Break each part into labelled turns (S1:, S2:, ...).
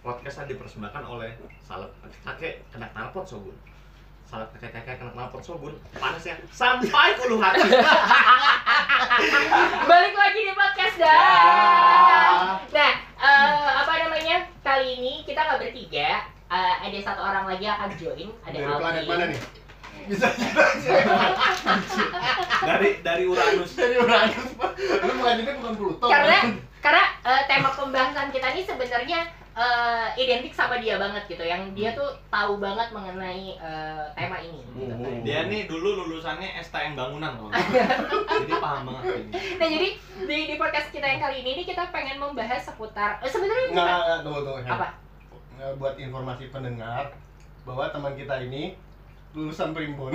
S1: Podcast yang dipersembahkan oleh salep kakek kena knalpot sobun. Salep kakek kakek kena knalpot sobun. Panas ya sampai ke ulu hati.
S2: Balik lagi di podcast
S3: Ya.
S2: dan. Nah, eh, apa namanya? Kali ini kita nggak bertiga. Eh, ada satu orang lagi yang akan join. Ada Iya.
S3: Dari
S2: Alvin.
S3: planet mana nih? Bisa jelasin
S1: dari dari Uranus.
S3: dari Uranus, Pak. Lu mengajukan bukan Pluto.
S2: Karena karena eh, tema pembahasan kita ini sebenarnya eh, identik sama dia banget gitu. Yang dia tuh tahu banget mengenai eh, tema ini. Gitu. kan.
S3: Oh.
S1: Dia nih dulu lulusannya STM bangunan loh. Jadi paham banget ini.
S2: Nah, jadi di, di podcast kita yang kali ini, ini kita pengen membahas seputar. eh, sebenarnya
S3: Nggak,
S2: bukan.
S3: nggak, nggak, tunggu, tunggu.
S2: Apa?
S3: Nggak, Buat informasi pendengar bahwa teman kita ini lulusan Primbon.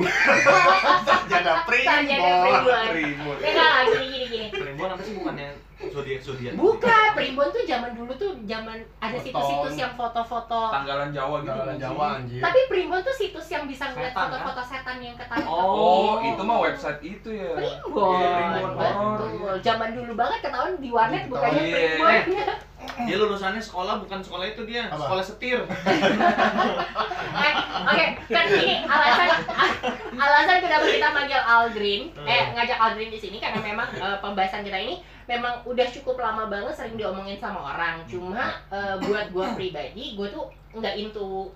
S3: Sarjana
S2: Sarjana Primbon.
S3: Primbon.
S2: Ya nggak, gini gini gini.
S1: Primbon apa sih bukannya zodiak zodiak?
S2: Bukan, Primbon tuh zaman dulu tuh zaman ada
S3: Foto.
S2: situs-situs yang foto-foto
S4: tanggalan Jawa gitu
S3: Jalan
S4: nggak sih?
S3: Jawa anjir.
S2: Tapi Primbon tuh situs yang bisa ngeliat
S1: Setan,
S2: foto-foto setan yang ketangkep.
S4: kan? Oh, itu mah website itu ya.
S2: Primbon.
S1: Iya, Primbon.
S2: Betul. Zaman dulu banget ketahuan di warnet
S3: Betul.
S2: bukannya
S4: Iya.
S2: Primbon.
S1: Dia lulusannya sekolah bukan sekolah itu dia,
S3: Apa?
S1: sekolah setir.
S2: Eh, Oke, kan ini alasan alasan kenapa kita manggil Aldrin,
S1: Hmm.
S2: eh ngajak Aldrin di sini karena memang eh, pembahasan kita ini memang udah cukup lama banget sering diomongin sama orang. Cuma eh, buat gua pribadi, gua tuh nggak into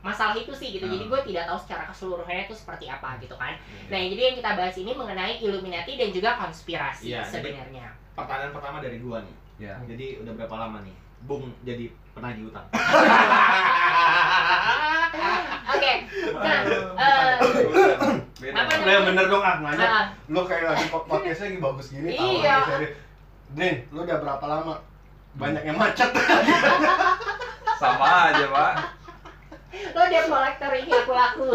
S2: masalah itu sih gitu.
S1: Hmm.
S2: Jadi gua tidak tahu secara keseluruhannya itu seperti apa gitu kan.
S1: Iya.
S4: Iya.
S2: Nah, jadi yang kita bahas ini mengenai Illuminati dan juga konspirasi
S1: Iya, jadi-
S2: sebenarnya.
S1: Pertanyaan pertama dari gua nih.
S4: Ya.
S1: Jadi udah berapa lama nih? Bung jadi penagih utang. Ah,
S2: Oke. Nah, eh, apa
S1: Udah yang
S2: namanya?
S1: bener dong ah nanya.
S2: Ah,
S3: Lu kayak lagi po- podcastnya lagi bagus gini. tahu
S2: Iya.
S3: lagi serius. Din, lu udah berapa lama? Banyak yang macet.
S4: Sama aja, Pak.
S2: lo dia kolektor ini aku laku.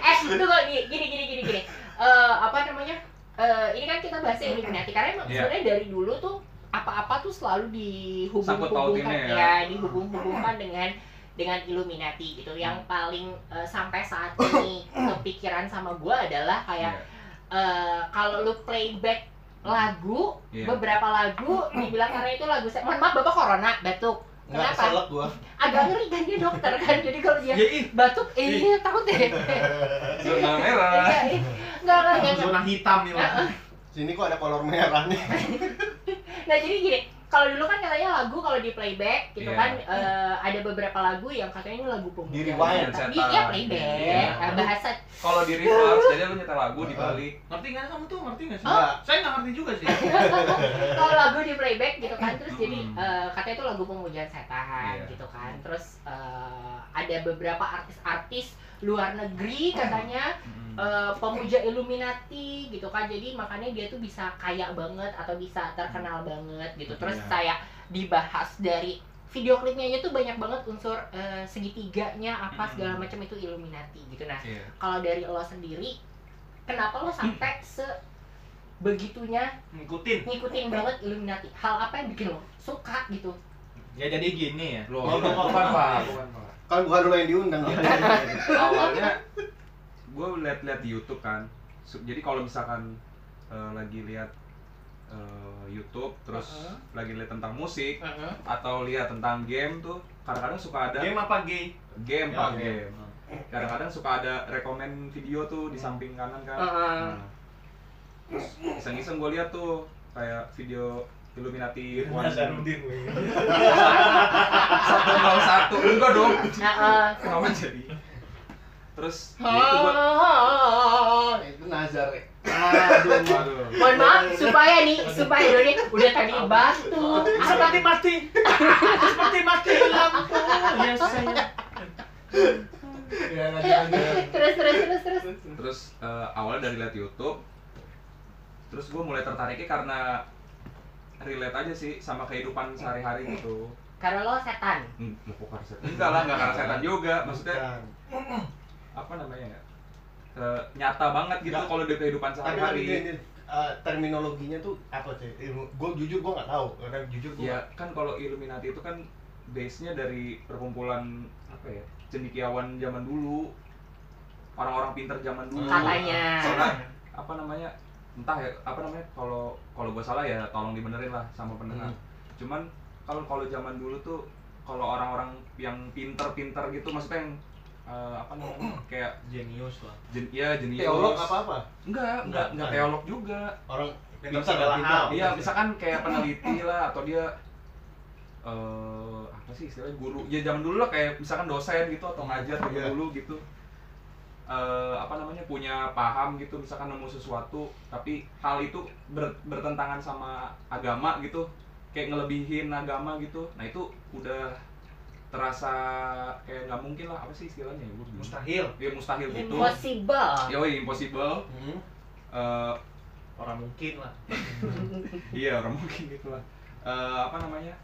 S2: eh, tunggu gini gini gini gini. gini. Eh, apa namanya? Eh, ini kan kita bahasnya Illuminati karena emang
S4: Iya.
S2: sebenarnya dari dulu tuh apa-apa tuh selalu dihubung-hubungkan
S4: Sangkut pautinnya
S2: ya,
S4: ya.
S2: dihubung-hubungkan dengan dengan Illuminati gitu. Yang
S4: Hmm.
S2: paling eh, sampai saat ini kepikiran sama gua adalah kayak
S4: Iya.
S2: eh kalau lu playback lagu
S4: Iya.
S2: beberapa lagu dibilang karena itu lagu saya mohon maaf bapak corona batuk
S3: Enggak
S2: Kenapa?
S3: keselak gua.
S2: agak ngeri kan dia dokter kan jadi kalau dia
S1: Ya ih,
S2: batuk eh takut deh
S4: Zona merah.
S2: Iya, iya. nggak nggak nggak, nggak
S1: zona hitam nih Pak.
S3: Sini kok ada kolor merah nih.
S2: nah jadi gini kalau dulu kan katanya lagu kalau di playback gitu
S4: Iya.
S2: kan eh, ada beberapa lagu yang katanya ini lagu pemuda
S3: Di rewind,
S2: tapi
S4: setan.
S2: dia playback
S4: Iya.
S2: Nah, bahasa
S4: Kalau di reverse, jadi lu nyetel lagu dibalik.
S1: Ngerti nggak kamu tuh? Ngerti nggak sih?
S3: Enggak.
S1: Saya nggak ngerti juga sih.
S2: kalau lagu di playback gitu kan terus jadi
S4: Hmm.
S2: eh, katanya itu lagu pemujaan setan
S4: Iya.
S2: gitu kan terus eh, ada beberapa artis-artis luar
S4: Hmm.
S2: negeri katanya
S4: Mm.
S2: eh, pemuja Illuminati gitu kan jadi makanya dia tuh bisa kaya banget atau bisa terkenal banget gitu terus
S4: Iya.
S2: saya dibahas dari video klipnya aja tuh banyak banget unsur eh, segitiganya apa segala
S4: Hmm.
S2: macam itu Illuminati gitu nah
S4: Iya.
S2: kalau dari lo sendiri kenapa lo sampai
S4: Hmm.
S2: sebegitunya
S1: Ngikutin.
S2: ngikutin banget Illuminati hal apa yang bikin lo suka gitu
S1: Ya jadi gini ya.
S4: Loh,
S1: Mau
S4: bukan,
S1: ngomong
S4: bukan,
S1: apa?
S4: Pak.
S3: Kan bukan lu yang diundang.
S4: Awalnya gue liat-liat di YouTube kan. Su- Jadi kalau misalkan eh, lagi lihat eh, YouTube terus
S2: Heeh.
S4: lagi lihat tentang musik atau lihat tentang game tuh kadang-kadang suka ada
S1: Game apa gay?
S4: game
S1: Ya,
S4: pak
S1: oke.
S4: game kadang-kadang suka ada rekomend video tuh di samping kanan kan
S2: Heeh.
S4: Nah, terus iseng-iseng gue lihat tuh kayak video Illuminati
S1: Nazarudin.
S4: satu enggak dong
S2: Heeh.
S4: kenapa jadi terus ya itu gue
S2: Oh.
S3: Itu Nazar. ya.
S4: aduh
S2: Mohon maaf, supaya nih, supaya lo nih udah tadi batu.
S5: Ah,
S1: Seperti mati. Seperti mati lampu. Ya saya.
S3: Ya, lanjut, lanjut.
S2: Terus, terus, terus, terus.
S4: terus eh, awalnya dari lihat YouTube terus gue mulai tertariknya karena relate aja sih sama kehidupan sehari-hari gitu
S2: Karena lo setan.
S4: Hmm, kok karena setan? enggak lah enggak karena setan juga maksudnya
S3: Bukan.
S4: apa namanya ya? Ke- nyata banget gitu
S3: Nggak.
S4: kalau di kehidupan
S3: tapi lagi
S4: sehari-hari
S3: terminologinya tuh apa sih ilmu gue jujur gue nggak tahu karena jujur gue
S4: ya kan kalau Illuminati itu kan base-nya dari perkumpulan apa ya cendekiawan zaman dulu
S2: Hmm.
S4: orang-orang pinter zaman dulu
S2: Katanya.
S4: Karena, apa namanya entah ya apa namanya kalau kalau gue salah ya tolong dibenerin lah sama pendengar cuman kalau kalau zaman dulu tuh kalau orang-orang yang pinter-pinter gitu maksudnya yang eh, apa namanya kayak
S5: jenius lah
S4: jen- ya jenius
S3: Teolog apa apa?
S4: enggak enggak enggak
S3: Enggak.
S4: teolog juga
S3: Iya. Orang
S1: Pintar segala hal.
S4: iya misalkan kayak peneliti lah atau dia eh apa sih istilahnya guru ya zaman dulu lah kayak misalkan dosen gitu atau ngajar zaman
S3: Iya.
S4: dulu gitu Eh, apa namanya punya paham gitu misalkan nemu sesuatu tapi hal itu ber- bertentangan sama agama gitu kayak ngelebihin agama gitu nah itu udah terasa kayak nggak mungkin lah apa sih istilahnya ya gue
S1: mustahil
S4: dia mustahil gitu
S2: Impossible.
S4: yoi impossible
S3: Hmm.
S4: Eh,
S5: orang mungkin lah
S4: Iya, orang mungkin gitu lah. Eh, apa namanya?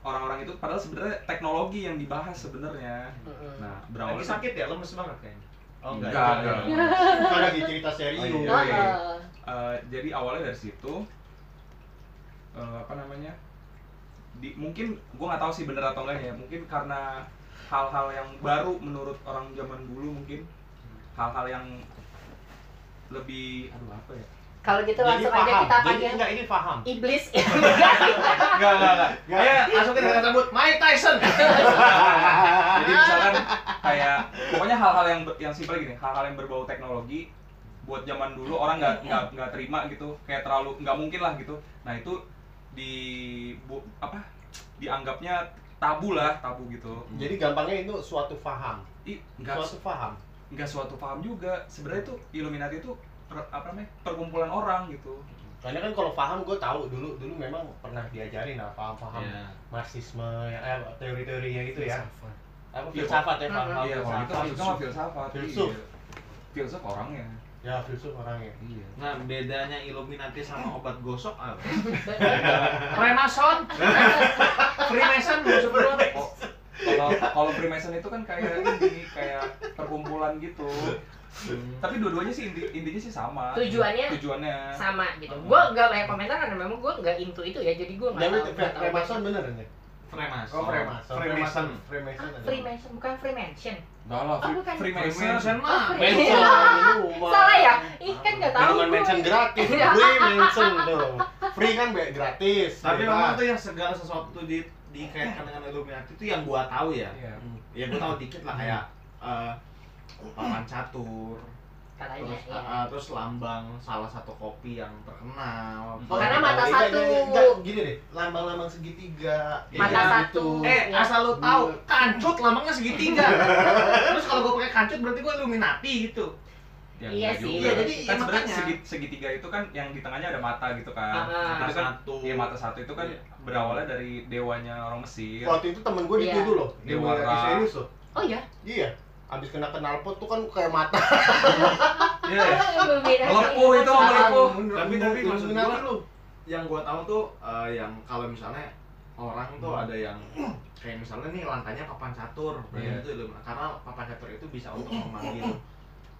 S4: Orang-orang itu padahal sebenarnya teknologi yang dibahas sebenarnya.
S2: Mm-mm.
S4: Nah, berawal
S5: lagi sakit ya lemes banget kayaknya oh enggak,
S4: Enggak,
S5: juga.
S4: enggak.
S3: Kan lagi cerita serius.
S4: Oh, iya.
S2: Oh, eh.
S4: Eh, jadi awalnya dari situ eh, apa namanya? Di, mungkin gua nggak tahu sih bener atau enggak ya. Mungkin karena hal-hal yang baru menurut orang zaman dulu mungkin hal-hal yang lebih aduh apa ya?
S2: Kalau gitu
S1: jadi
S2: langsung aja
S1: paham
S2: kita
S1: jadi
S2: panggil
S1: enggak ini paham
S2: iblis.
S5: enggak enggak enggak ya masukin kata sebut Mike Tyson
S4: Jadi misalkan kayak pokoknya hal-hal yang ber- yang simpel gini, hal-hal yang berbau teknologi buat zaman dulu orang nggak nggak nggak terima gitu, kayak terlalu nggak mungkin lah gitu. Nah itu di bu- apa dianggapnya tabu lah tabu gitu.
S3: Jadi gampangnya itu suatu faham.
S4: Ih, nggak
S3: Suatu faham.
S4: nggak suatu paham juga. Sebenarnya itu Illuminati itu per- apa namanya perkumpulan orang gitu.
S3: Karena kan kalau paham gue tahu dulu dulu memang pernah diajarin lah paham-paham
S5: Iya.
S3: marxisme yang eh, teori-teorinya gitu ya. Apa filsafat ya paham?
S4: Iya kalau gitu maksudnya
S3: filsafat.
S4: mah filsafat.
S3: Filsuf.
S4: iya. Filsuf orangnya.
S3: Ya filsuf orangnya.
S4: Iya.
S5: nah bedanya Illuminati sama obat gosok apa
S2: Remason.
S5: Freemason musuh gua
S4: Oh, kalau kalau Freemason itu kan kayak ini kayak perkumpulan gitu. Tapi dua-duanya sih inti, intinya sih sama.
S2: Tujuannya?
S4: Tujuannya.
S2: sama gitu. Gue nggak banyak komentar karena memang gue nggak into itu ya, jadi gue nggak
S3: Tapi
S2: tahu. nggak tahu.
S3: Freemason bener nih.
S5: Freemason
S3: Oh Freemason.
S1: Freemason.
S3: Freemason.
S2: Ah,
S3: ada.
S2: Freemason bukan Freemason.
S4: Enggak lah, Free-
S2: Oh, bukan.
S4: Freemason.
S5: mah
S2: Oh, Freemason.
S3: Manson.
S2: Salah ya? Iya. Ih kan nggak tahu.
S3: Jangan
S2: gua.
S3: mention gratis, free mention tuh. Free kan be- gratis.
S5: tapi
S3: bebas.
S5: memang tuh yang segala sesuatu di dikaitkan dengan Illuminati itu yang gua tahu ya
S4: Iya.
S5: ya gua tahu dikit lah kayak eh, papan catur
S2: Katanya.
S5: terus
S2: iya.
S5: eh, terus lambang salah satu kopi yang terkenal
S4: Oh,
S2: Oh, karena
S3: Enggak,
S2: mata
S3: enggak,
S2: satu.
S3: enggak, enggak, gini deh, lambang-lambang segitiga. gitu.
S5: Mata
S2: satu.
S5: Eh,
S2: Ya.
S5: asal lu tahu, kancut lambangnya segitiga. Terus kalau gue pakai kancut berarti gue Illuminati gitu.
S4: Ya,
S2: Iya
S4: enggak
S2: sih.
S4: juga.
S2: Iya,
S5: jadi
S4: kan
S5: iya,
S4: sebenarnya
S5: makanya.
S4: segi- segitiga itu kan yang di tengahnya ada mata gitu kan.
S2: Ah,
S4: Itu kan
S5: satu.
S4: Iya mata satu itu kan
S5: Iya.
S4: berawalnya dari dewanya orang Mesir.
S3: Waktu itu temen gue dituduh loh,
S4: Iya.
S3: Illuminati
S4: Dewa.
S3: serius loh.
S2: Oh ya.
S3: Iya, abis kena knalpot tuh kan kayak mata.
S4: Iya. Melepuh
S2: Melepuh
S4: itu, melepuh.
S2: Iya.
S5: Tapi tapi maksud
S3: Illuminati
S5: gua-
S3: lu.
S5: Yang gue tahu tuh eh, yang kalau misalnya orang tuh ada yang kayak misalnya nih lantainya papan catur, berarti
S4: Iya.
S5: itu Illuminati. Karena papan catur itu bisa untuk memanggil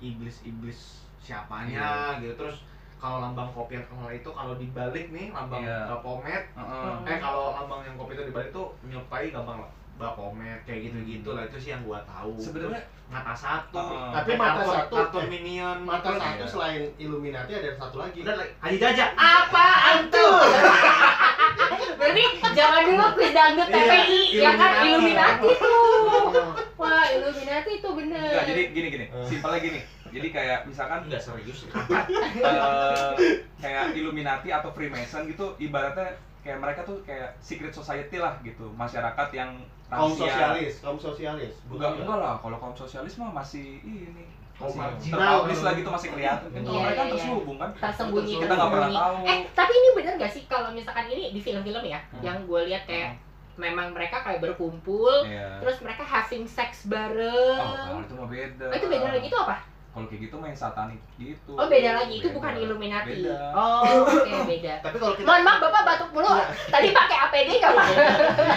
S5: iblis-iblis siapanya gitu. Terus kalau lambang kopi yang terkenal itu kalau dibalik nih lambang
S4: Iya.
S5: eh, pomet
S4: Heeh.
S5: Eh kalau lambang yang kopi itu dibalik tuh nyertai gampang lah Bakomet kayak gitu-gitu lah itu sih yang gua tahu.
S4: Sebenarnya
S5: Terus mata satu,
S4: Heeh.
S3: Tapi mata
S5: kartun-
S3: satu,
S5: kartun
S3: eh,
S5: minion,
S3: Mata
S5: terus-
S3: satu
S4: Iya.
S3: selain Illuminati ada satu lagi.
S5: Udah, like, Haji ah, Jaja, apaan tuh?
S2: Berarti zaman dulu kuis dangdut
S5: Iya,
S2: TPI ya kan
S5: Illuminati.
S2: Illuminati tuh. Wah, Illuminati tuh bener.
S4: Enggak, jadi gini gini.
S3: Eh.
S4: Simpelnya gini. Jadi kayak misalkan
S5: Enggak serius.
S4: eh kayak Illuminati atau Freemason gitu ibaratnya kayak mereka tuh kayak secret society lah gitu masyarakat yang
S3: Kaum
S4: rahasia.
S3: sosialis, kaum sosialis. Iya.
S4: enggak
S3: Bukan
S4: enggak lah kalau kaum sosialis mah masih ini
S5: Kaum
S4: masih
S5: marginal.
S4: terpublish lah gitu masih kelihatan kan kalau
S2: Iya,
S4: mereka
S2: iya,
S4: terselubung kan
S2: tersembunyi
S4: kita nggak pernah
S2: tersembunyi.
S4: tahu
S2: Eh, tapi ini bener gak sih kalau misalkan ini di film-film ya,
S4: Hmm.
S2: yang gue lihat kayak memang mereka kayak berkumpul,
S4: Iya.
S2: terus mereka having sex
S4: Oh, kalau
S2: bareng.
S4: itu mah beda.
S2: Oh, itu beda lagi itu apa?
S4: Kalau kayak gitu main satanik gitu.
S2: Oh, beda lagi itu bukan Illuminati.
S4: Beda.
S2: Oh, oke beda.
S3: Tapi kalau kita
S2: Mohon maaf Bapak batuk mulu.
S4: Iya.
S2: Tadi pakai APD enggak, Pak?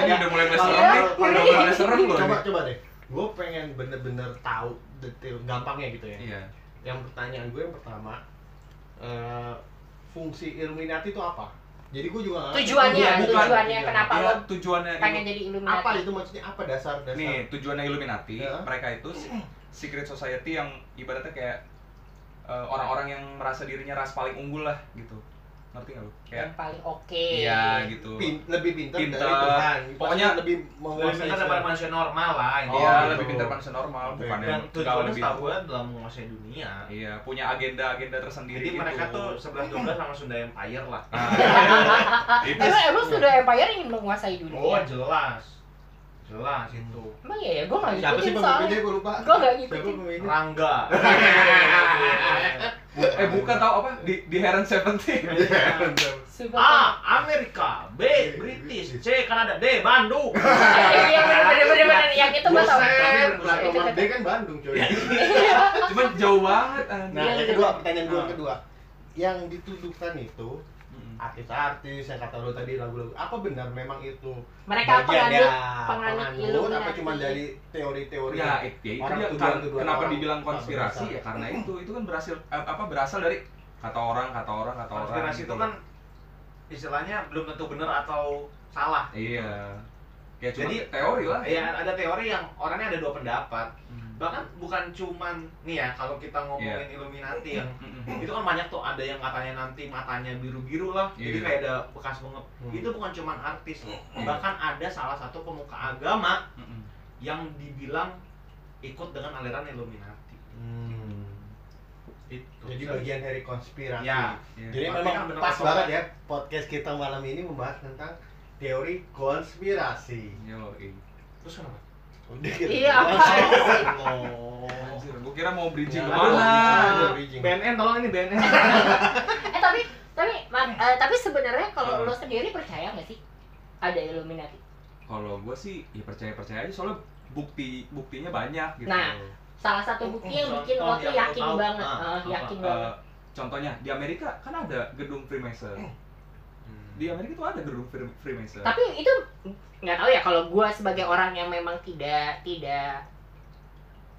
S4: Ini udah mulai mulai
S2: Oh,
S4: serem
S2: Iya.
S4: nih. Udah mulai mulai serem loh.
S3: coba
S4: ini.
S3: coba deh. Gue pengen bener-bener tahu detail gampangnya gitu ya.
S4: Iya.
S3: Yang pertanyaan gue yang pertama, eh, fungsi Illuminati itu apa? Jadi gue juga nggak ngerti. Iya,
S2: Tujuannya,
S3: Bukan, bukan.
S2: tujuannya kenapa
S4: Iya,
S2: lo
S4: tujuannya
S2: pengen jadi
S3: Apa
S2: Illuminati?
S3: itu maksudnya apa dasar dasar?
S4: Nih, tujuannya Illuminati,
S5: Iya.
S3: Ya.
S4: mereka itu se- secret society yang ibaratnya kayak eh, orang-orang yang merasa dirinya ras paling unggul lah gitu. ngerti nggak lu kayak
S2: yang paling oke
S4: iya gitu
S3: Pin- lebih pintar
S4: Pinter.
S3: dari Tuhan.
S4: Pokoknya
S3: Pasti lebih
S5: Lebih
S3: menguasai
S5: pintar daripada manusia normal lah
S2: Oh,
S4: Iya,
S5: intinya gitu.
S4: lebih pintar manusia normal bukan
S5: Dan
S4: yang nggak
S5: tujuannya
S4: lebih
S2: gitu-
S5: setahu gue dalam menguasai dunia.
S4: iya punya agenda agenda tersendiri
S2: Iya,
S5: Jadi
S4: gitu.
S5: mereka tuh 11-12 sama Sunda Empire lah.
S4: Nah, itu
S2: emang emang sudah empire ingin menguasai dunia
S5: Oh jelas, jelas itu.
S2: emang iya ya gue nggak
S3: Siapa sih
S2: ngikutin soalnya
S3: pemimpinnya gue lupa.
S2: gue nggak
S3: Siapa
S2: ngikutin
S3: pemimpinnya?
S5: Rangga.
S4: Bu- eh bukan tahu apa di di Heron Seventeen
S3: Iya,
S2: Super
S5: A. Amerika B. British C. Kanada D. Bandung
S2: Eh, Iya benar-benar yang itu gue tau.
S3: Buset,
S2: Itu-
S3: Plato
S2: itu-
S3: Mabde kan Bandung coy.
S4: cuman jauh banget anjing.
S3: Nah,
S2: Iya,
S3: yang
S2: iya.
S3: kedua, pertanyaan gue yang
S4: Ah.
S3: kedua. Yang dituduhkan itu
S4: Mm.
S3: artis-artis yang kata lu tadi lagu-lagu. Apa benar memang itu
S2: Mereka
S3: bagian
S2: penganut
S3: ya,
S2: penganut
S3: apa
S2: Illuminati.
S3: cuma dari teori-teori?
S4: ya it- ya itu
S3: Orang
S4: dia
S3: tuduhan-
S4: Kar-
S3: tuduhan
S4: kenapa
S3: orang.
S4: dibilang
S3: Orang
S4: konspirasi
S3: berasal.
S4: ya karena itu itu kan berhasil eh, apa berasal dari kata orang kata orang kata orang
S5: Konspirasi itu
S4: gitu.
S5: kan istilahnya belum tentu benar atau salah
S4: iya ya cuma
S5: Jadi,
S4: teori lah
S2: Iya.
S5: ya ada teori yang orangnya ada dua pendapat
S4: Mm.
S5: bahkan bukan cuman nih ya kalau kita ngomongin
S4: Iya.
S5: Illuminati yang
S4: Mm-mm.
S5: itu kan banyak tuh ada yang katanya nanti matanya biru-biru lah jadi
S4: Iya.
S5: kayak ada bekas mengep
S3: Hmm.
S5: itu bukan cuman artis loh
S4: Iya.
S5: bahkan ada salah satu pemuka agama
S4: Mm-mm.
S5: yang dibilang ikut dengan aliran Illuminati
S3: Hmm.
S5: itu
S3: Jadi bagian dari konspirasi.
S5: ya
S4: Iya.
S3: Jadi
S5: Tapi kan
S3: memang
S5: bener
S3: pas
S5: atau
S3: banget ya podcast kita malam ini membahas tentang teori konspirasi.
S4: Yoi.
S5: terus kenapa
S3: Udah gitu.
S2: Iya, apa
S4: Anjir, gua kira mau bridging
S3: Ya,
S4: kemana
S3: aduh, bridging.
S5: BNN tolong ini BNN
S2: Eh tapi tapi Ma- eh, tapi
S5: Ah.
S2: sebenarnya kalau lo sendiri percaya nggak sih ada Illuminati?
S4: kalau gua sih ya percaya percaya aja soalnya bukti buktinya banyak gitu
S2: Nah, Salah satu bukti yang bikin lo
S5: Contoh
S2: tuh
S5: yang lo
S2: yakin
S5: tahu.
S2: banget,
S5: Ah,
S2: eh,
S5: apa?
S2: yakin
S4: Eh,
S2: banget.
S4: contohnya di Amerika kan ada gedung Freemason
S5: Eh.
S4: di Amerika tuh ada gedung Fre- Freemason
S2: Tapi itu nggak tahu ya kalau gue sebagai orang yang memang tidak tidak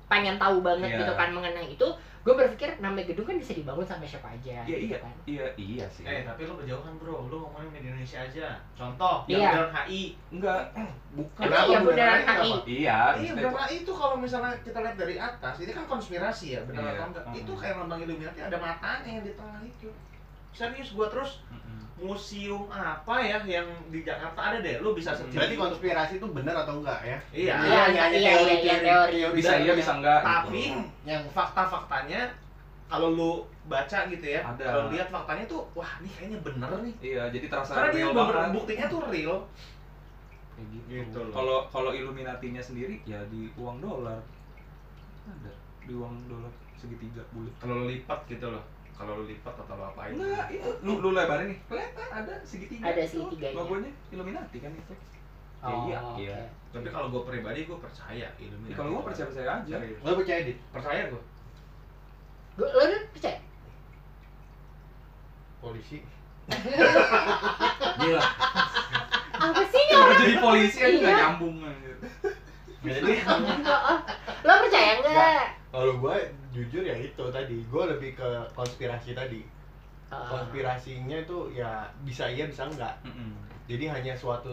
S2: pengen tahu banget
S4: Iya.
S2: gitu kan mengenai itu, gue berpikir namanya gedung kan bisa dibangun sama siapa aja.
S4: Iya,
S2: gitu kan.
S4: iya iya sih
S5: eh tapi lu kejauhan bro lu ngomongin di Indonesia aja contoh
S2: Iya.
S5: yang beneran HI
S4: enggak bukan
S2: Emang
S3: Kenapa
S2: iya
S3: beneran
S2: beneran
S3: ini
S2: HI?
S3: kenapa?
S4: iya
S5: Iya
S4: maksudnya
S5: benar nah, itu kalau misalnya kita lihat dari atas ini kan konspirasi ya benar
S4: Iya.
S5: atau enggak
S4: Mm.
S5: itu kayak lambang Illuminati ada matanya yang di tengah itu serius gua terus
S4: Mm-mm.
S5: museum apa ya yang di Jakarta ada deh lu bisa searching
S3: Berarti konspirasi itu benar atau enggak ya?
S5: iya
S2: Iya,
S3: hanya- hanya
S2: iya, iya, iya, teori.
S4: bisa
S3: dan
S4: iya bisa enggak
S5: ya. tapi
S4: gitu.
S3: yang
S5: fakta-faktanya kalau lu baca gitu ya
S4: Ada.
S5: kalau lihat faktanya tuh wah ini kayaknya bener nih
S4: iya jadi terasa
S5: karena dia
S4: real
S5: bener
S4: banget
S5: buktinya tuh real
S4: Kayak gitu.
S5: Gitu loh.
S4: kalau kalau Illuminatinya sendiri ya di uang dolar ada di uang dolar segitiga bulat
S5: kalau lu lipat gitu loh kalau lu lipat atau lu apain
S4: enggak itu lu lu lebarin nih kelihatan ada segitiga
S2: Ada
S4: itu.
S2: segitiganya.
S4: logonya Illuminati kan itu Ya, iya
S2: Oh,
S4: iya
S2: oke.
S5: tapi kalau gue pribadi gue percaya Illuminati
S4: Ya, kalau gua percaya percaya aja
S2: Iya.
S5: Serius.
S3: lo percaya dit
S5: percaya gue
S2: Gua- lo Dun, percaya?
S3: polisi
S4: gila
S2: Apa sih ini
S4: Kenapa jadi polisi aja nggak
S2: Iya.
S4: nyambung anjir.
S3: jadi
S2: Oh, lo percaya nggak?
S3: kalau gue jujur ya itu tadi gue lebih ke konspirasi tadi
S2: Oh.
S3: konspirasinya itu ya bisa iya bisa enggak
S4: Mm-mm.
S3: jadi hanya suatu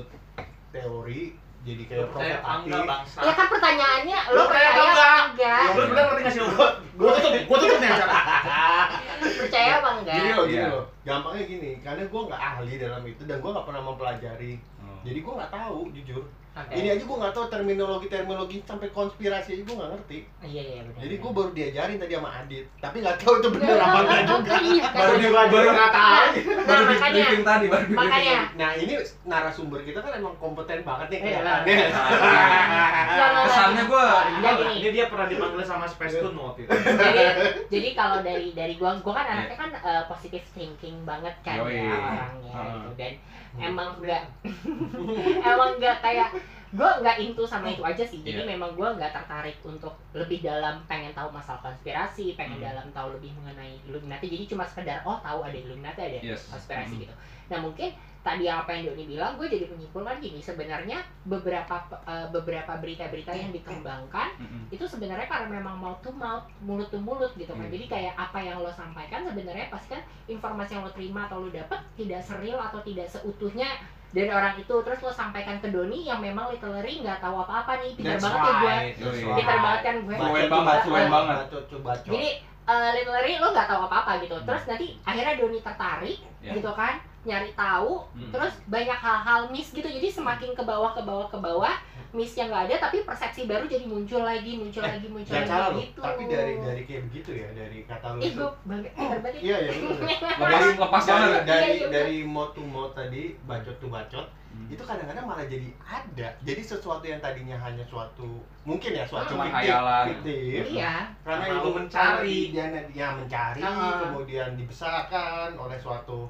S3: teori jadi
S5: Lu
S3: kayak
S5: percaya apa enggak
S3: provokatif
S5: Eh, bangsa
S2: Ya kan pertanyaannya
S5: Lo
S2: lo
S5: percaya
S2: percaya
S5: apa
S2: apa enggak?
S5: lu bener ngerti nggak sih gue gue tutup gue tutup nih acara
S2: Percaya apa enggak?
S3: gini loh gini
S4: Iya.
S3: loh gampangnya gini karena gue nggak ahli dalam itu dan gue nggak pernah mempelajari
S4: Oh.
S2: Iya.
S3: jadi gue nggak tahu jujur
S2: Oke.
S3: ini aja gue nggak tahu terminologi terminologi sampai konspirasi aja gue nggak ngerti
S2: Iya iya benar.
S3: jadi gue baru diajarin tadi sama Adit tapi nggak tahu itu bener apa enggak juga
S2: Iya, kan?
S3: baru dia baru nggak tahu
S2: Nah,
S4: baru di
S2: makanya
S4: briefing tadi baru di briefing
S2: makanya
S3: Nah ini narasumber kita kan emang kompeten banget nih
S2: Iya.
S3: kelihatannya.
S2: Jangan
S4: kesannya gue
S2: Ya gini.
S5: ini dia pernah dipanggil sama Space Tune waktu itu
S2: jadi ya, jadi kalau dari dari gua gua kan anaknya kan eh, positive thinking banget kan
S4: Yoi.
S2: ya orangnya
S4: Ah.
S2: gitu dan emang enggak emang enggak kayak gua nggak into sama itu aja sih jadi
S4: Iya.
S2: memang gua nggak tertarik untuk lebih dalam pengen tahu masalah konspirasi pengen
S4: Hmm.
S2: dalam tahu lebih mengenai Illuminati jadi cuma sekedar oh tahu ada Illuminati ada
S4: Yes.
S2: konspirasi
S4: Hmm.
S2: gitu nah mungkin tadi yang apa yang Doni bilang gue jadi menyimpulkan gini sebenarnya beberapa eh, beberapa berita-berita yang dikembangkan
S4: Mm-mm.
S2: itu sebenarnya karena memang mau to mouth mulut to mulut gitu kan
S4: Iya.
S2: jadi kayak apa yang lo sampaikan sebenarnya pasti kan informasi yang lo terima atau lo dapet tidak seril atau tidak seutuhnya dari orang itu terus lo sampaikan ke Doni yang memang literally nggak tahu apa apa nih pintar
S3: That's
S2: banget ya gue
S4: Iya.
S3: right. That's right.
S2: pintar banget kan gue
S4: Fluent banget, fluent banget.
S3: Bacot, coba
S2: jadi eh, literally lo nggak tahu apa apa gitu terus nanti akhirnya Doni tertarik
S4: Iya.
S2: gitu kan nyari tahu
S4: Hmm.
S2: terus banyak hal-hal miss gitu jadi semakin ke bawah ke bawah ke bawah miss yang nggak ada tapi persepsi baru jadi muncul lagi muncul
S3: Eh,
S2: lagi muncul
S3: Gak
S2: lagi
S3: salah loh,
S2: gitu
S3: tapi dari dari kayak begitu ya, dari kata lu
S2: ih
S3: itu
S2: gue bangga eh, berbagi
S3: Iya, iya, betul.
S4: lepas lepas
S3: dari,
S4: banget
S3: dari,
S2: Iya, iya,
S3: dari mouth to mouth tadi, bacot to bacot
S2: Mm.
S4: Hmm.
S3: itu kadang-kadang malah jadi ada jadi sesuatu yang tadinya hanya suatu mungkin ya suatu
S4: Cuma
S3: fiktif
S4: khayalan.
S3: fiktif
S2: iya
S3: karena
S5: Terlalu
S3: itu
S5: mencari.
S3: mencari dan dia mencari
S2: Heeh.
S3: kemudian dibesarkan oleh suatu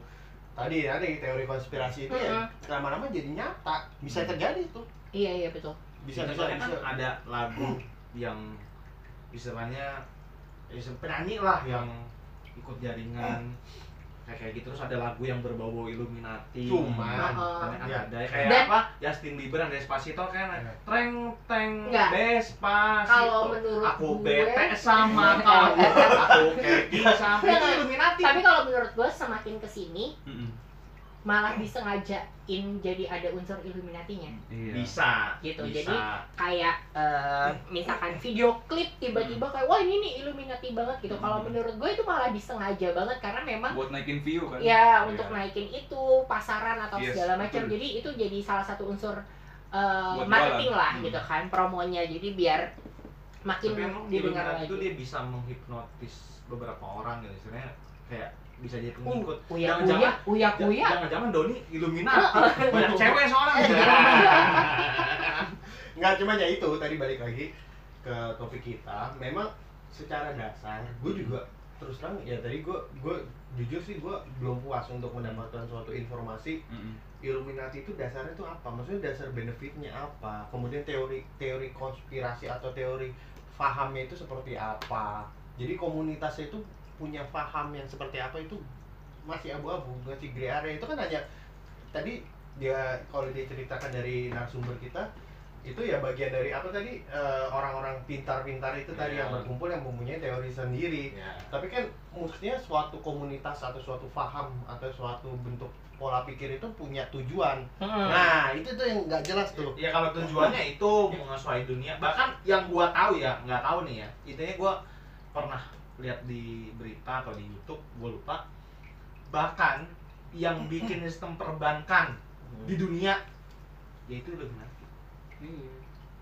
S3: tadi ya nih, teori konspirasi itu ya lama-lama jadi nyata bisa terjadi itu
S2: iya iya betul
S3: bisa bisa
S5: Misalnya kan
S3: bisa
S5: ada lagu yang istilahnya ya, penyanyi lah yang ikut jaringan kayak kayak gitu terus ada lagu yang berbau-bau Illuminati
S3: Cuman,
S5: Kan- kan
S3: ya.
S5: ada kayak
S2: uh-uh. Dan-
S5: apa Justin Bieber dan Despacito kan
S3: Ya.
S5: treng teng
S2: Enggak.
S5: Despacito
S2: kalau menurut
S5: aku
S2: gue
S5: bete sama kamu aku keki sama
S3: Iya,
S5: itu Illuminati
S2: tapi kalau menurut gue semakin kesini
S4: Mm-mm.
S2: malah disengajain jadi ada unsur illuminatinya
S4: Iya.
S5: bisa
S2: Gitu,
S5: bisa.
S2: jadi kayak eh, misalkan video klip tiba-tiba kayak wah ini nih illuminati banget gitu kalau menurut gue itu malah disengaja banget karena memang
S4: buat naikin view kan
S2: ya untuk
S4: Iya.
S2: naikin itu pasaran atau
S4: Yes,
S2: segala macam
S4: betul.
S2: jadi itu jadi salah satu unsur eh,
S4: Buat
S2: marketing
S4: jualan.
S2: lah
S4: Hmm.
S2: gitu kan promonya jadi biar makin
S5: tapi emang
S2: didengar
S5: Illuminati
S2: lagi
S5: itu dia bisa menghipnotis beberapa orang gitu istilahnya kayak bisa jadi
S2: Uh,
S5: pengikut
S2: uya uya
S5: Jangan-jangan-
S2: uya
S5: Ja-
S2: uya
S5: jangan-jangan Doni Illuminati Kan Iya. banyak cewek soalnya
S2: Eh, iya.
S3: nggak cuma ya itu tadi balik lagi ke topik kita memang secara dasar gue juga terus terang ya tadi gue gue jujur sih gue belum puas untuk mendapatkan suatu informasi
S4: Mm-mm.
S3: Illuminati itu dasarnya itu apa? Maksudnya dasar benefitnya apa? Kemudian teori teori konspirasi atau teori fahamnya itu seperti apa? Jadi komunitasnya itu punya faham yang seperti apa itu masih abu-abu, masih grey area itu kan hanya tadi dia kalau dia ceritakan dari narasumber kita itu ya bagian dari apa tadi eh, orang-orang pintar-pintar itu tadi yang
S5: Iya.
S3: berkumpul yang mempunyai teori sendiri
S5: Ya.
S3: tapi kan maksudnya suatu komunitas atau suatu faham atau suatu bentuk pola pikir itu punya tujuan
S2: Hmm.
S3: nah itu tuh yang nggak jelas tuh
S5: Ya kalau tujuannya itu
S2: Iya.
S5: menguasai dunia. Bahkan yang gua tahu ya, nggak tahu nih ya. Intinya gua pernah lihat di berita atau di YouTube, gua lupa. Bahkan yang bikin sistem perbankan di dunia ya yaitu Illuminati.
S4: Iya.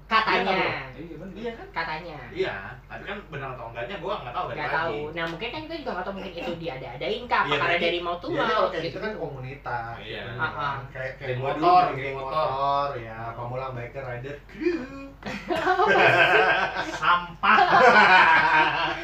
S2: katanya
S4: Iya, bener.
S2: Eh,
S5: Iya kan?
S2: katanya
S5: Iya, tapi kan benar atau enggaknya gua nggak tahu balik
S2: nggak
S5: lagi.
S2: tahu nah mungkin kan kita juga nggak tahu mungkin itu diada-adain kah apa
S3: Iya,
S2: karena
S3: jadi-
S2: dari mau tuh
S3: jadi
S2: mau
S3: kalau kayak gitu kan komunitas
S5: Iya.
S3: gitu
S2: Ah, ah.
S3: kan. kayak kayak
S5: Geng
S3: motor,
S5: motor,
S3: geng
S5: geng
S3: motor, ya pemulang biker rider crew
S5: Sampah.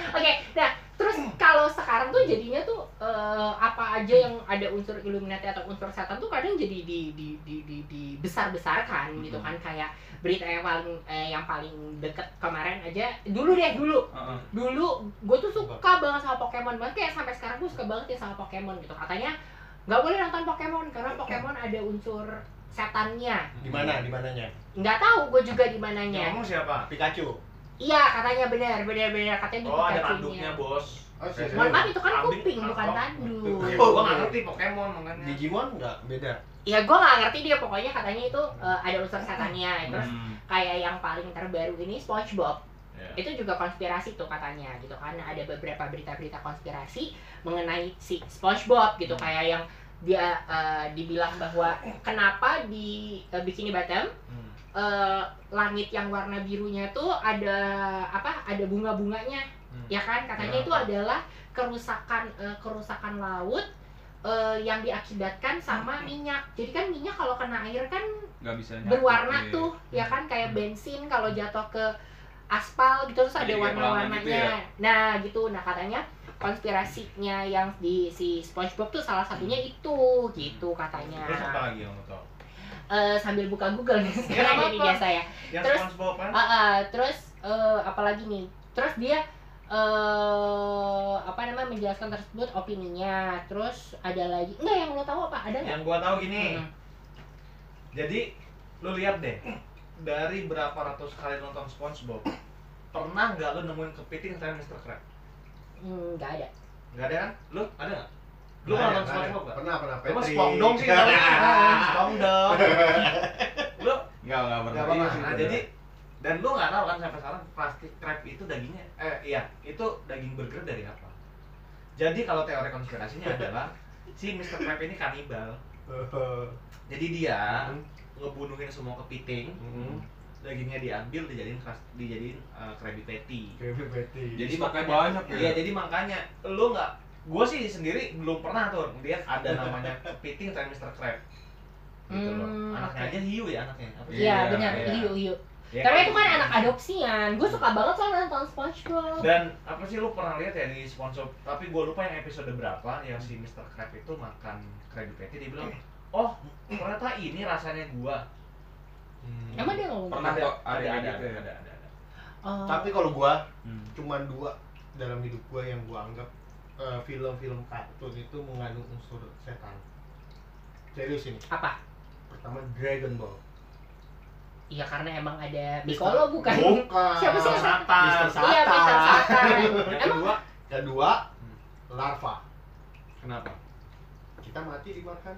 S2: Oke, nah terus kalau sekarang tuh jadinya tuh eh, apa aja yang ada unsur Illuminati atau unsur setan tuh kadang jadi di di di di, besar besarkan gitu
S5: Hmm.
S2: kan kayak berita yang paling eh, yang paling deket kemarin aja dulu deh dulu
S4: Heeh.
S2: dulu gue tuh suka banget sama Pokemon banget kayak sampai sekarang gue suka banget ya sama Pokemon gitu katanya nggak boleh nonton Pokemon karena Pokemon ada unsur setannya
S3: di mana di mananya
S2: nggak tahu gue juga di
S5: Yang
S2: mananya
S5: ngomong siapa?
S3: Pikachu
S2: iya katanya benar benar benar katanya di
S5: Oh, ada
S2: Pikachunya.
S5: tanduknya, Bos.
S3: Oh, serius?
S2: Mohon maaf itu kan
S5: Kambing,
S2: kuping bukan
S5: kantong.
S2: tandu.
S3: iya.
S5: Ya, gua nggak ngerti Pokemon makanya.
S3: Digimon nggak beda
S2: Ya gue nggak ngerti dia pokoknya katanya itu eh, ada unsur setannya. Terus
S4: Hmm.
S2: kayak yang paling terbaru ini SpongeBob
S5: Iya.
S2: itu juga konspirasi tuh katanya gitu kan ada beberapa berita-berita konspirasi mengenai si SpongeBob
S5: Hmm.
S2: gitu kayak yang dia eh, dibilang bahwa "Eh, kenapa di eh, Bikini Bottom
S5: Hmm.
S2: eh, langit yang warna birunya tuh ada apa ada bunga-bunganya
S5: Hmm.
S2: ya kan katanya
S5: Ya.
S2: itu adalah kerusakan eh, kerusakan laut eh, yang diakibatkan sama
S5: Hmm.
S2: minyak jadi kan minyak kalau kena air kan
S4: nggak bisa nyatu.
S2: berwarna
S4: Iya.
S2: tuh ya kan kayak bensin kalau jatuh ke aspal gitu terus ada
S4: Jadi kayak
S2: warna-warnanya
S4: pelangi gitu ya?
S2: nah gitu nah katanya konspirasinya yang di si SpongeBob tuh salah satunya itu gitu katanya
S5: Terus apa lagi yang lo tau?
S2: Eh, sambil buka Google nih sekarang
S5: nggak
S2: jadi
S5: apa-apa.
S2: biasa ya
S5: Yang
S2: Terus-
S5: SpongeBob kan?
S2: Ah, ah, terus eh, apalagi nih? Terus dia eh apa namanya menjelaskan tersebut opininya. Terus ada lagi enggak yang lo tahu apa? Ada nggak?
S5: Yang gua tahu gini.
S2: Hmm.
S5: Jadi lu lihat deh dari berapa ratus kali nonton SpongeBob pernah nggak lu nemuin kepiting selain Mr. Crab?
S2: Hmm, nggak ada.
S5: Nggak ada kan? Lu ada nggak? Lu
S3: Nggak
S5: pernah
S3: ada,
S5: nonton
S3: nggak ada.
S5: SpongeBob nggak?
S3: pernah pernah
S5: Lu mah
S3: Patrick.
S5: Spong dong sih, tapi Spong dong. Lu
S4: nggak nggak pernah
S5: nggak
S4: Iya
S5: pernah.
S4: sih,
S5: Nah,
S4: bener.
S5: jadi dan lu nggak tahu kan sampai sekarang plastik crab itu dagingnya eh iya itu daging burger dari apa? Jadi kalau teori konspirasinya adalah si Mr. Crab ini kanibal jadi dia ngebunuhin semua kepiting
S4: Hmm.
S5: dagingnya diambil dijadiin keras dijadiin eh, Krabby Patty
S3: Krabby Patty.
S4: Jadi
S5: Jadi
S4: stoknya
S5: makanya-
S4: banyak ya.
S5: iya jadi makanya lu nggak gue sih sendiri belum pernah tuh lihat ada namanya kepiting tren Mr. Crab gitu loh
S2: Hmm,
S5: anaknya
S2: oke.
S5: aja hiu ya anaknya apa sih?
S2: Iya
S4: Iya,
S2: benar,
S5: iya.
S2: hiu hiu.
S5: Ya
S2: Tapi itu kan anak adopsian. Gue suka banget soalnya nonton SpongeBob.
S5: dan apa sih lu pernah lihat ya di sponsor tapi gue lupa yang episode berapa yang si Mr. Crab itu makan Krabby Patty dia bilang oh ternyata ini rasanya gua
S3: Hmm.
S2: Emang dia ngomong?
S4: Pernah kok ada
S5: ada
S4: yang
S5: ada
S4: gitu ya?
S5: ada ada, ada.
S2: Oh.
S3: Tapi kalau gua cuman dua dalam hidup gua yang gua anggap eh, film-film kartun itu mengandung unsur setan. Serius ini.
S2: Apa?
S3: Pertama Dragon Ball.
S2: Iya karena emang ada Piccolo bukan?
S3: Bukan.
S2: Siapa sih yang
S5: Satan.
S3: Mister Satan.
S2: Iya Peter Satan.
S5: yang
S2: Emang
S5: kedua
S3: Kedua, larva.
S5: kenapa
S3: Kita mati dimakan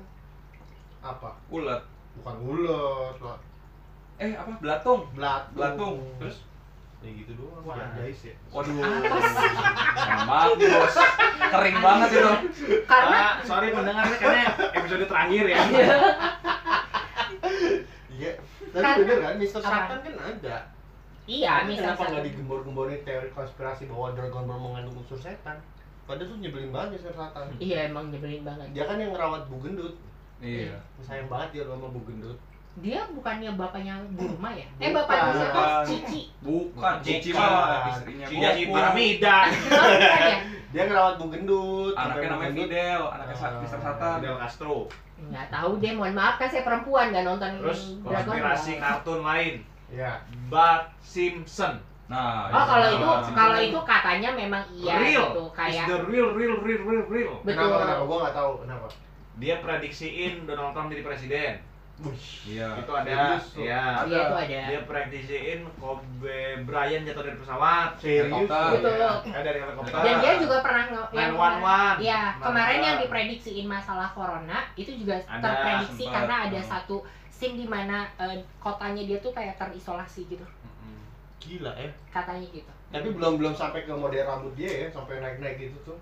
S3: apa?
S4: ulet
S3: Bukan ulet, lah.
S4: eh apa belatung
S3: belatung.
S4: belatung terus
S3: ya gitu doang.
S5: Wah.
S3: Wah, guys ya.
S4: waduh maaf nih, bos kering banget itu
S2: karena
S5: Ah, sorry pendengar ini kayaknya episode terakhir ya
S3: Iya.
S2: Kan-
S3: Tapi bener kan, Mister
S2: Apa?
S3: Satan kan ada.
S2: iya
S3: Tapi
S2: Mr.
S3: kenapa
S2: Satan.
S3: nggak digembor-gemborin teori konspirasi bahwa Dragon Ball mengandung unsur setan? Padahal tuh nyebelin banget Mister Satan.
S2: Iya emang nyebelin banget.
S3: Dia kan yang ngerawat Bu Gendut.
S4: iya
S3: Sayang banget dia lu sama Bu Gendut.
S2: Dia bukannya bapaknya Burma ya? Eh
S3: Bukan.
S2: bapaknya siapa?
S4: Bukan.
S2: Cici.
S4: bukan cici
S3: Bukan.
S4: malah istrinya
S5: Cici
S4: Goku.
S5: Iya, piramida
S2: Oh, bukan ya?
S3: Dia ngerawat Bu Gendut.
S4: anaknya
S3: sampai Bu
S4: namanya Ah,
S3: Gendut-
S4: Fidel anaknya Sa- Mister Satan
S5: Fidel Castro
S2: Nggak tahu deh, mohon maaf kan saya perempuan nggak nonton
S5: terus
S2: Dragon Ball.
S5: konspirasi kartun lain
S3: Iya.
S5: Bart Simpson
S4: nah
S2: Oh kalau
S4: iya.
S2: itu kalau itu katanya memang iya
S5: Real.
S2: gitu
S5: is
S2: kayak
S5: the real real real real real
S2: betul.
S3: Kenapa kenapa gua enggak tahu kenapa.
S5: dia prediksiin Donald Trump jadi presiden
S4: iya
S5: itu ada
S3: serius tuh.
S5: ya
S2: Oh, iya itu ada.
S5: dia prediksiin Kobe Bryant jatuh dari pesawat
S3: Serius.
S4: Helikopter.
S3: lu?
S2: Betul.
S5: ada dari helikopter
S2: Dan dia juga pernah nge- yang kemarin-
S5: 911
S2: Iya, kemarin yang
S5: Mantap.
S2: diprediksiin masalah corona itu juga
S5: Ada,
S2: terprediksi
S4: sempat.
S2: karena ada
S4: Hmm.
S2: satu scene di mana eh, kotanya dia tuh kayak terisolasi gitu,
S5: Mm-mm.
S3: Gila
S5: eh.
S3: ya.
S2: katanya gitu.
S3: Tapi belum belum sampai ke model rambut dia ya, sampai naik-naik gitu tuh.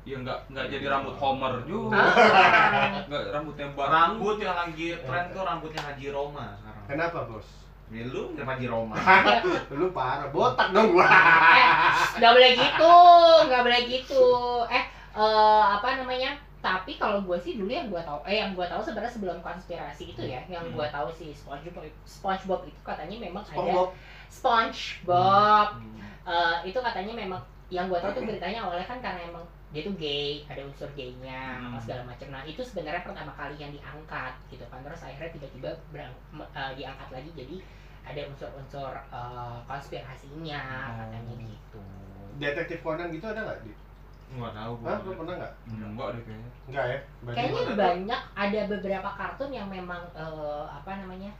S4: ya nggak nggak jadi rambut Homer juga
S2: Ah.
S4: nggak rambutnya barang
S5: rambut yang lagi tren tuh rambutnya Haji Roma sekarang
S3: Kenapa, Bos?
S5: ya lu mirip Haji Roma
S3: Lu parah, botak dong gua.
S2: eh, nggak boleh gitu, nggak boleh gitu. Eh, eh, apa namanya? Tapi kalau gue sih dulu yang gue tahu, eh yang gue tahu sebenarnya sebelum konspirasi itu ya, yang gue tahu sih SpongeBob, SpongeBob itu katanya memang ada
S3: SpongeBob.
S2: SpongeBob
S5: Hmm.
S2: Eh, itu katanya memang yang gue tahu tuh beritanya awalnya kan karena emang dia tuh gay ada unsur gaynya apa
S4: Hmm.
S2: segala macam nah itu sebenarnya pertama kali yang diangkat gitu kan terus akhirnya tiba-tiba berang- me- eh, diangkat lagi jadi ada unsur-unsur eh, konspirasinya katanya gitu
S3: Detektif Conan gitu ada nggak? Di?
S5: nggak tahu
S3: Hah,
S5: gua
S3: lu pernah nggak?
S4: enggak Iya, deh kayaknya
S3: Enggak ya. Berarti
S2: kayaknya
S3: gua-
S2: banyak ada beberapa kartun yang memang eh, apa namanya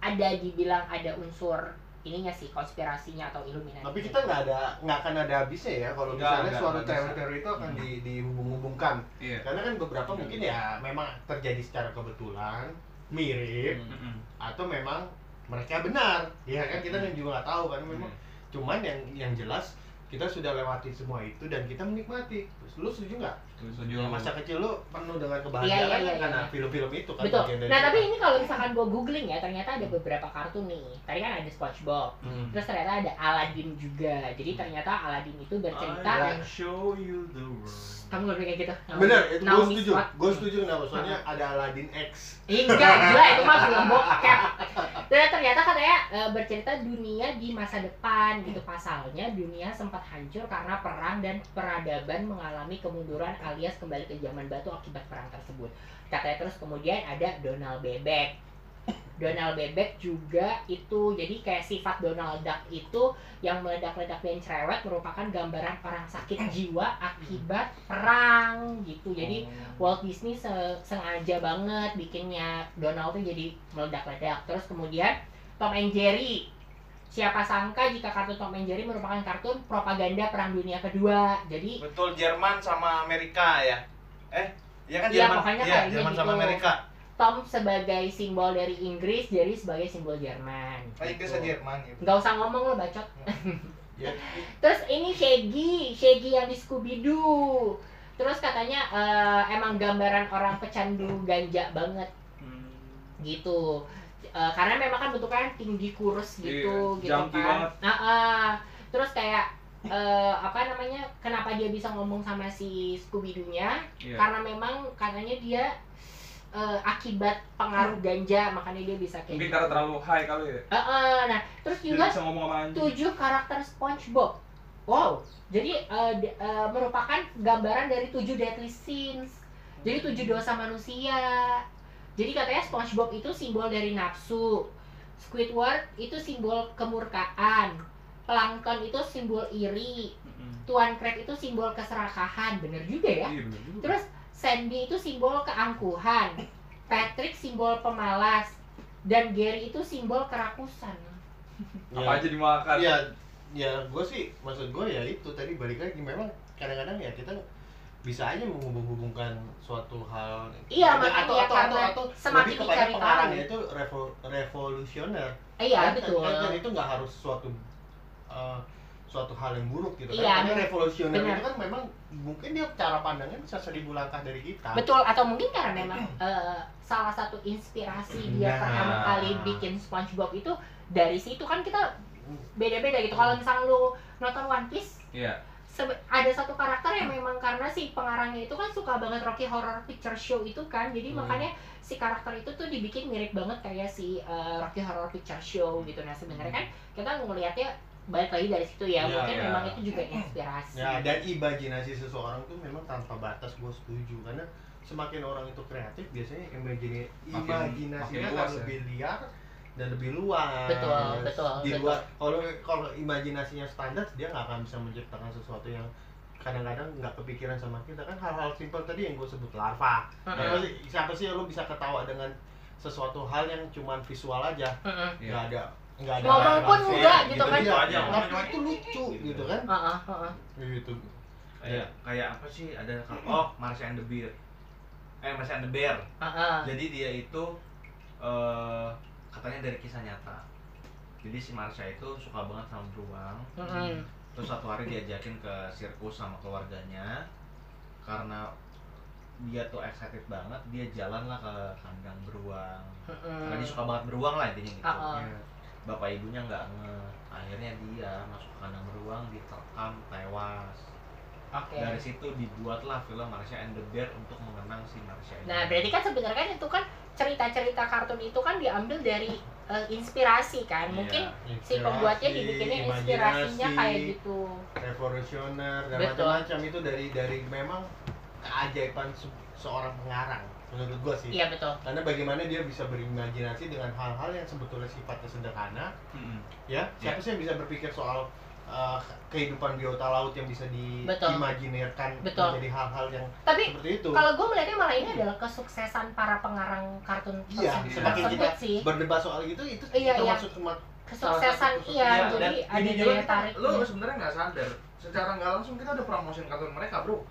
S2: ada dibilang ada unsur ininya sih konspirasinya atau gitu. illuminati
S3: Tapi kita nggak ada nggak akan ada habisnya ya
S5: Nggak,
S3: kalau misalnya
S5: nggak,
S3: suatu
S5: nggak bisa. Hmm.
S3: teori-teori itu akan di, dihubung-hubungkan.
S4: iya
S3: Karena kan beberapa mungkin ya memang terjadi secara kebetulan, mirip
S4: Mm-mm.
S3: atau memang mereka benar. Ya kan kita kan juga nggak tahu
S4: Iya,
S3: karena memang cuman yang yang jelas kita sudah lewati semua itu dan kita menikmati. Terus lu setuju nggak?
S4: setuju
S3: Ya, masa kecil lu penuh dengan
S2: Iya,
S3: kebahagiaan
S2: iya, iya,
S3: karena
S2: iya.
S3: film-film itu kan
S2: Betul.
S3: bagian dari
S2: Nah tapi
S3: kita.
S2: ini kalau misalkan gue googling ya ternyata ada beberapa kartun nih. Tadi kan ada SpongeBob,
S3: Hmm.
S2: terus ternyata ada Aladdin juga. Jadi ternyata Aladdin itu
S5: I
S4: iya.
S2: bercerita
S5: will show you the world
S2: kamu gak kayak gitu?
S3: Ah, iya. Bener, itu gue
S2: Naomi
S3: setuju.
S2: Scott.
S3: Gue setuju kenapa? Soalnya ada Aladdin X.
S2: Ih, Enggak, gila itu mah film bokep. Dan ternyata katanya eh, bercerita dunia di masa depan gitu pasalnya dunia sempat hancur karena perang dan peradaban mengalami kemunduran alias kembali ke zaman batu akibat perang tersebut. Katanya terus kemudian ada Donald Bebek. Donald Bebek juga itu jadi kayak sifat Donald Duck itu yang meledak-ledak dan cerewet merupakan gambaran orang sakit jiwa akibat perang gitu. Jadi
S5: Oh.
S2: Walt Disney se- sengaja banget bikinnya Donald tuh jadi meledak-ledak. Terus kemudian Tom and Jerry. Siapa sangka jika kartun Tom and Jerry merupakan kartun propaganda Perang Dunia Kedua. Jadi
S5: Betul Jerman sama Amerika ya. Eh, ya kan
S2: Iya,
S5: Jerman.
S2: makanya
S5: Iya,
S2: kayaknya
S5: Jerman sama
S2: gitu.
S5: Amerika.
S2: Tom sebagai simbol dari Inggris, Jerry sebagai simbol Jerman.
S5: Nah, Inggris Iya. sama
S2: Gitu.
S5: Jerman gitu.
S2: Nggak usah ngomong lo bacot.
S3: Ya.
S2: Terus ini Shaggy, Shaggy yang di Scooby Doo. Terus katanya eh, emang gambaran orang pecandu ganja banget
S4: Hmm.
S2: gitu. Eh, karena memang kan bentuknya tinggi kurus gitu
S4: Iya,
S2: gitu
S4: junkie
S2: kan.
S4: banget.
S2: Nah, eh, terus kayak eh, apa namanya? Kenapa dia bisa ngomong sama si Scooby Doo-nya?
S4: Iya.
S2: Karena memang katanya dia eh, akibat pengaruh ganja makanya dia bisa kayak
S4: Mungkin
S2: gitu.
S4: karena terlalu high kali ya.
S2: Eh, eh, nah, terus
S4: Jadi
S2: juga
S4: bisa ngomong sama anjing.
S2: tujuh karakter SpongeBob. Wow, jadi eh, di- eh, merupakan gambaran dari tujuh deadly sins. Jadi tujuh dosa manusia. Jadi katanya SpongeBob itu simbol dari nafsu. Squidward itu simbol kemurkaan. Plankton itu simbol iri.
S4: Mm-mm.
S2: Tuan Crab itu simbol keserakahan. Bener juga ya.
S4: Iya, bener juga.
S2: Terus Sandy itu simbol keangkuhan, Patrick simbol pemalas, dan Gary itu simbol kerakusan.
S4: apa aja
S3: ya
S4: dimakan.
S2: Iya.
S3: ya gue sih maksud gue ya itu tadi balik lagi memang kadang-kadang ya kita bisa aja menghubung-hubungkan suatu hal
S2: Iya,
S3: Atau-
S2: makanya
S3: atau, atau,
S2: karena
S3: atau, atau
S2: semakin
S3: lebih kepada
S2: dicari tahu.
S3: pengarangnya itu revo- revolusioner
S2: Eh, Iya
S3: Kan-
S2: betul.
S3: kan- kan itu nggak harus suatu eh, suatu hal yang buruk gitu
S2: Iya,
S3: kan karena revolusioner
S2: benar.
S3: itu kan memang mungkin dia cara pandangnya bisa seribu langkah dari kita
S2: Betul atau mungkin karena memang eh, salah satu inspirasi dia
S3: Nah.
S2: pertama kali bikin SpongeBob itu dari situ kan kita
S3: Hmm.
S2: beda-beda gitu. Kalau misalnya lu nonton One Piece
S4: Iya.
S2: sebe- ada satu karakter yang memang karena si pengarangnya itu kan suka banget Rocky Horror Picture Show itu kan jadi
S3: Hmm.
S2: makanya si karakter itu tuh dibikin mirip banget kayak si eh, Rocky Horror Picture Show gitu nah sebenarnya kan kita ngelihatnya balik lagi dari situ ya
S3: Ya,
S2: mungkin
S4: ya.
S2: memang itu juga inspirasi
S3: Ya,
S4: Iya.
S3: dan imajinasi seseorang tuh memang tanpa batas gue setuju karena semakin orang itu kreatif biasanya imajini-
S4: Makin-
S3: imajinasinya
S4: makin
S3: akan
S4: luas ya.
S3: lebih liar dan lebih luas.
S2: Betul, betul,
S3: Di
S2: betul.
S3: luar kalau kalau imajinasinya standar dia nggak akan bisa menciptakan sesuatu yang kadang-kadang nggak kepikiran sama kita kan hal-hal simpel tadi yang gue sebut larva.
S2: Mm-mm,
S3: Siapa sih- Siapa sih yang lo bisa ketawa dengan sesuatu hal yang cuman visual aja,
S2: mm-mm.
S4: Iya.
S3: nggak ada nggak ada
S2: Ngomong pun
S3: narasi,
S2: nggak gitu kan.
S3: Iya,
S5: Gitu aja,
S3: tapi
S5: ngomong.
S3: itu lucu gitu kan
S2: Uh-uh, uh-uh.
S4: Iya,
S3: gitu
S5: kayak kayak apa sih ada oh Marcia and the Bear eh Marcia and the Bear
S2: Uh-uh.
S5: jadi dia itu eh katanya dari kisah nyata jadi si Marsha itu suka banget sama beruang
S2: Mm-mm.
S5: terus satu hari diajakin ke sirkus sama keluarganya karena dia tuh excited banget dia jalanlah ke kandang beruang
S2: Mm-mm.
S5: karena dia suka banget beruang lah intinya gitu
S2: Uh-uh.
S3: Iya.
S5: bapak ibunya nggak nge akhirnya dia masuk ke kandang beruang diterkam tewas
S2: Oke.
S5: dari situ dibuatlah film Marsha and the Bear untuk mengenang si Marsha ini.
S2: Nah, berarti kan sebenarnya kan itu kan cerita-cerita kartun itu kan diambil dari eh, inspirasi kan.
S5: Iya.
S2: Mungkin si pembuatnya dibikinnya inspirasinya
S3: imajinasi,
S2: kayak gitu.
S3: revolusioner dan
S2: Betul.
S3: macam-macam itu dari dari memang keajaiban se- seorang pengarang menurut gua sih
S2: Iya betul.
S3: karena bagaimana dia bisa berimajinasi dengan hal-hal yang sebetulnya sifatnya sederhana
S4: Mm-mm.
S3: ya siapa sih yang bisa berpikir soal uh, kehidupan biota laut yang bisa
S2: Betul.
S3: diimajinerkan
S2: Betul.
S3: menjadi hal-hal yang
S2: Tapi
S3: seperti itu
S2: kalau gue melihatnya malah ini adalah kesuksesan para pengarang kartun
S3: Iya,
S2: tersebut-
S4: semakin
S2: tersebut sih.
S3: berdebat soal itu itu
S2: Iya,
S3: itu
S2: iya.
S3: masuk cuma
S2: Kesuksesan
S3: salah satu
S2: iya,
S5: Iya, dan
S2: jadi ada
S5: ini juga
S2: daya
S5: kita-
S2: tarik.
S5: Lu sebenarnya nggak sadar, secara nggak langsung kita udah promosiin kartun mereka, bro.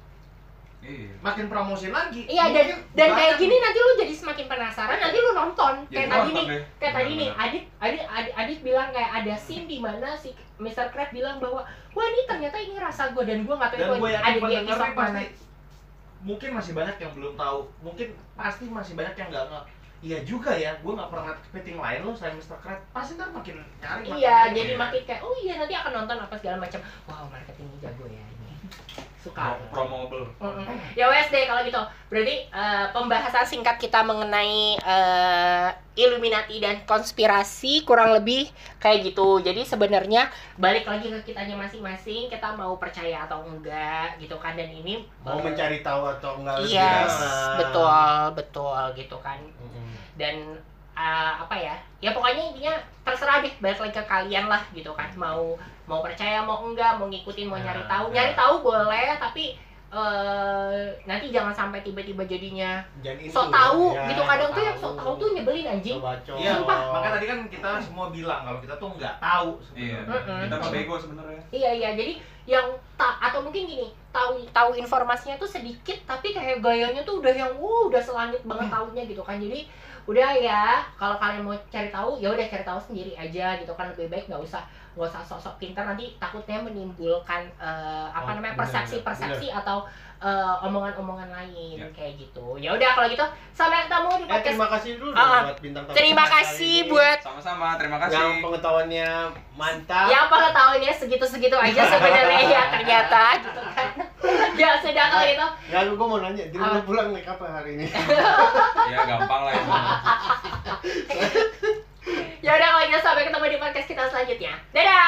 S4: Iya.
S5: Makin promosin lagi.
S2: Iya dan
S5: Mungkin
S2: dan kayak
S5: banyak-
S2: gini nanti lu jadi semakin penasaran nanti lu nonton
S4: Jadi
S5: Iya,
S2: kayak tadi
S4: nonton
S2: nih
S4: Iya, deh.
S2: kayak tadi nih
S4: Benar-benar.
S2: Adit Adit Adit, Adit bilang kayak ada scene di mana si Mr. Crab bilang bahwa wah ini ternyata ini rasa gue dan gue nggak tahu
S5: dan
S2: itu
S5: gue yakin
S2: ada di
S5: pendengar
S2: episode
S5: nih
S2: mana.
S5: pasti mungkin masih banyak yang belum tahu. Mungkin pasti masih banyak yang nggak nge- Iya juga ya, gue nggak pernah kepiting lain lo selain Mr. Crab. Pasti ntar makin nyari. makin
S2: Iya,
S5: nyari.
S2: jadi makin kayak oh iya nanti akan nonton apa segala macam. Wow, marketingnya jago ya ini. Suka.
S4: Pro- Promobel.
S2: Mm-mm. Ya wes deh kalau gitu. Berarti eh, pembahasan singkat kita mengenai eh, Illuminati dan konspirasi kurang lebih kayak gitu. Jadi sebenarnya balik lagi ke kitanya masing-masing, kita mau percaya atau enggak gitu kan dan ini
S3: mau
S2: eh,
S3: mencari tahu atau enggak lebih
S2: Yes,
S3: dalam.
S2: betul, betul gitu kan.
S3: Mm-mm.
S2: Dan uh, apa ya? Ya pokoknya intinya terserah deh balik lagi ke kalian lah gitu kan.
S3: Hmm.
S2: Mau mau percaya mau enggak, mau ngikutin, mau nyari
S3: Ah,
S5: Nah,
S2: tahu.
S5: nah.
S2: Nyari tahu boleh tapi eh nanti jangan sampai tiba-tiba jadinya
S3: Jangan itu.
S2: sok tahu
S3: Ya,
S2: gitu kadang tuh
S3: sok
S2: yang sok tahu tuh nyebelin anjing.
S3: Coba-coba.
S5: Iya,
S2: Sumpah.
S5: makanya tadi kan kita semua bilang kalau kita tuh nggak tahu
S4: Iya.
S5: sebenarnya.
S2: Mm-mm.
S4: Kita mah bego sebenarnya.
S2: Iya iya jadi yang tak atau mungkin gini tahu tahu informasinya tuh sedikit tapi kayak gayanya tuh udah yang uh udah selangit banget tahunya gitu kan jadi udah ya kalau kalian mau cari tahu ya udah cari tahu sendiri aja gitu kan lebih baik nggak usah nggak usah sok-sok pintar nanti takutnya menimbulkan eh, apa
S5: Oh,
S2: namanya
S5: bener,
S2: persepsi-persepsi atau eh, omongan-omongan lain
S4: Ya.
S2: kayak gitu ya udah kalau gitu sampai ketemu di
S3: Eh,
S2: podcast
S3: terima kasih dulu
S2: Ah,
S3: buat bintang tamu
S2: terima
S3: kita kali
S2: kasih
S3: ini.
S2: buat
S4: Sama-sama, terima
S3: yang
S4: kasih.
S3: pengetahuannya mantap.
S2: yang pengetahuannya segitu-segitu aja sebenarnya ya ternyata gitu kan ya sudah kalau gitu
S3: Ya lu gua mau nanya, dia
S2: Apa?
S3: udah pulang naik apa hari ini?
S4: Ya gampang lah itu.
S2: Ah. ya udah kalau gitu sampai ketemu di podcast kita selanjutnya dadah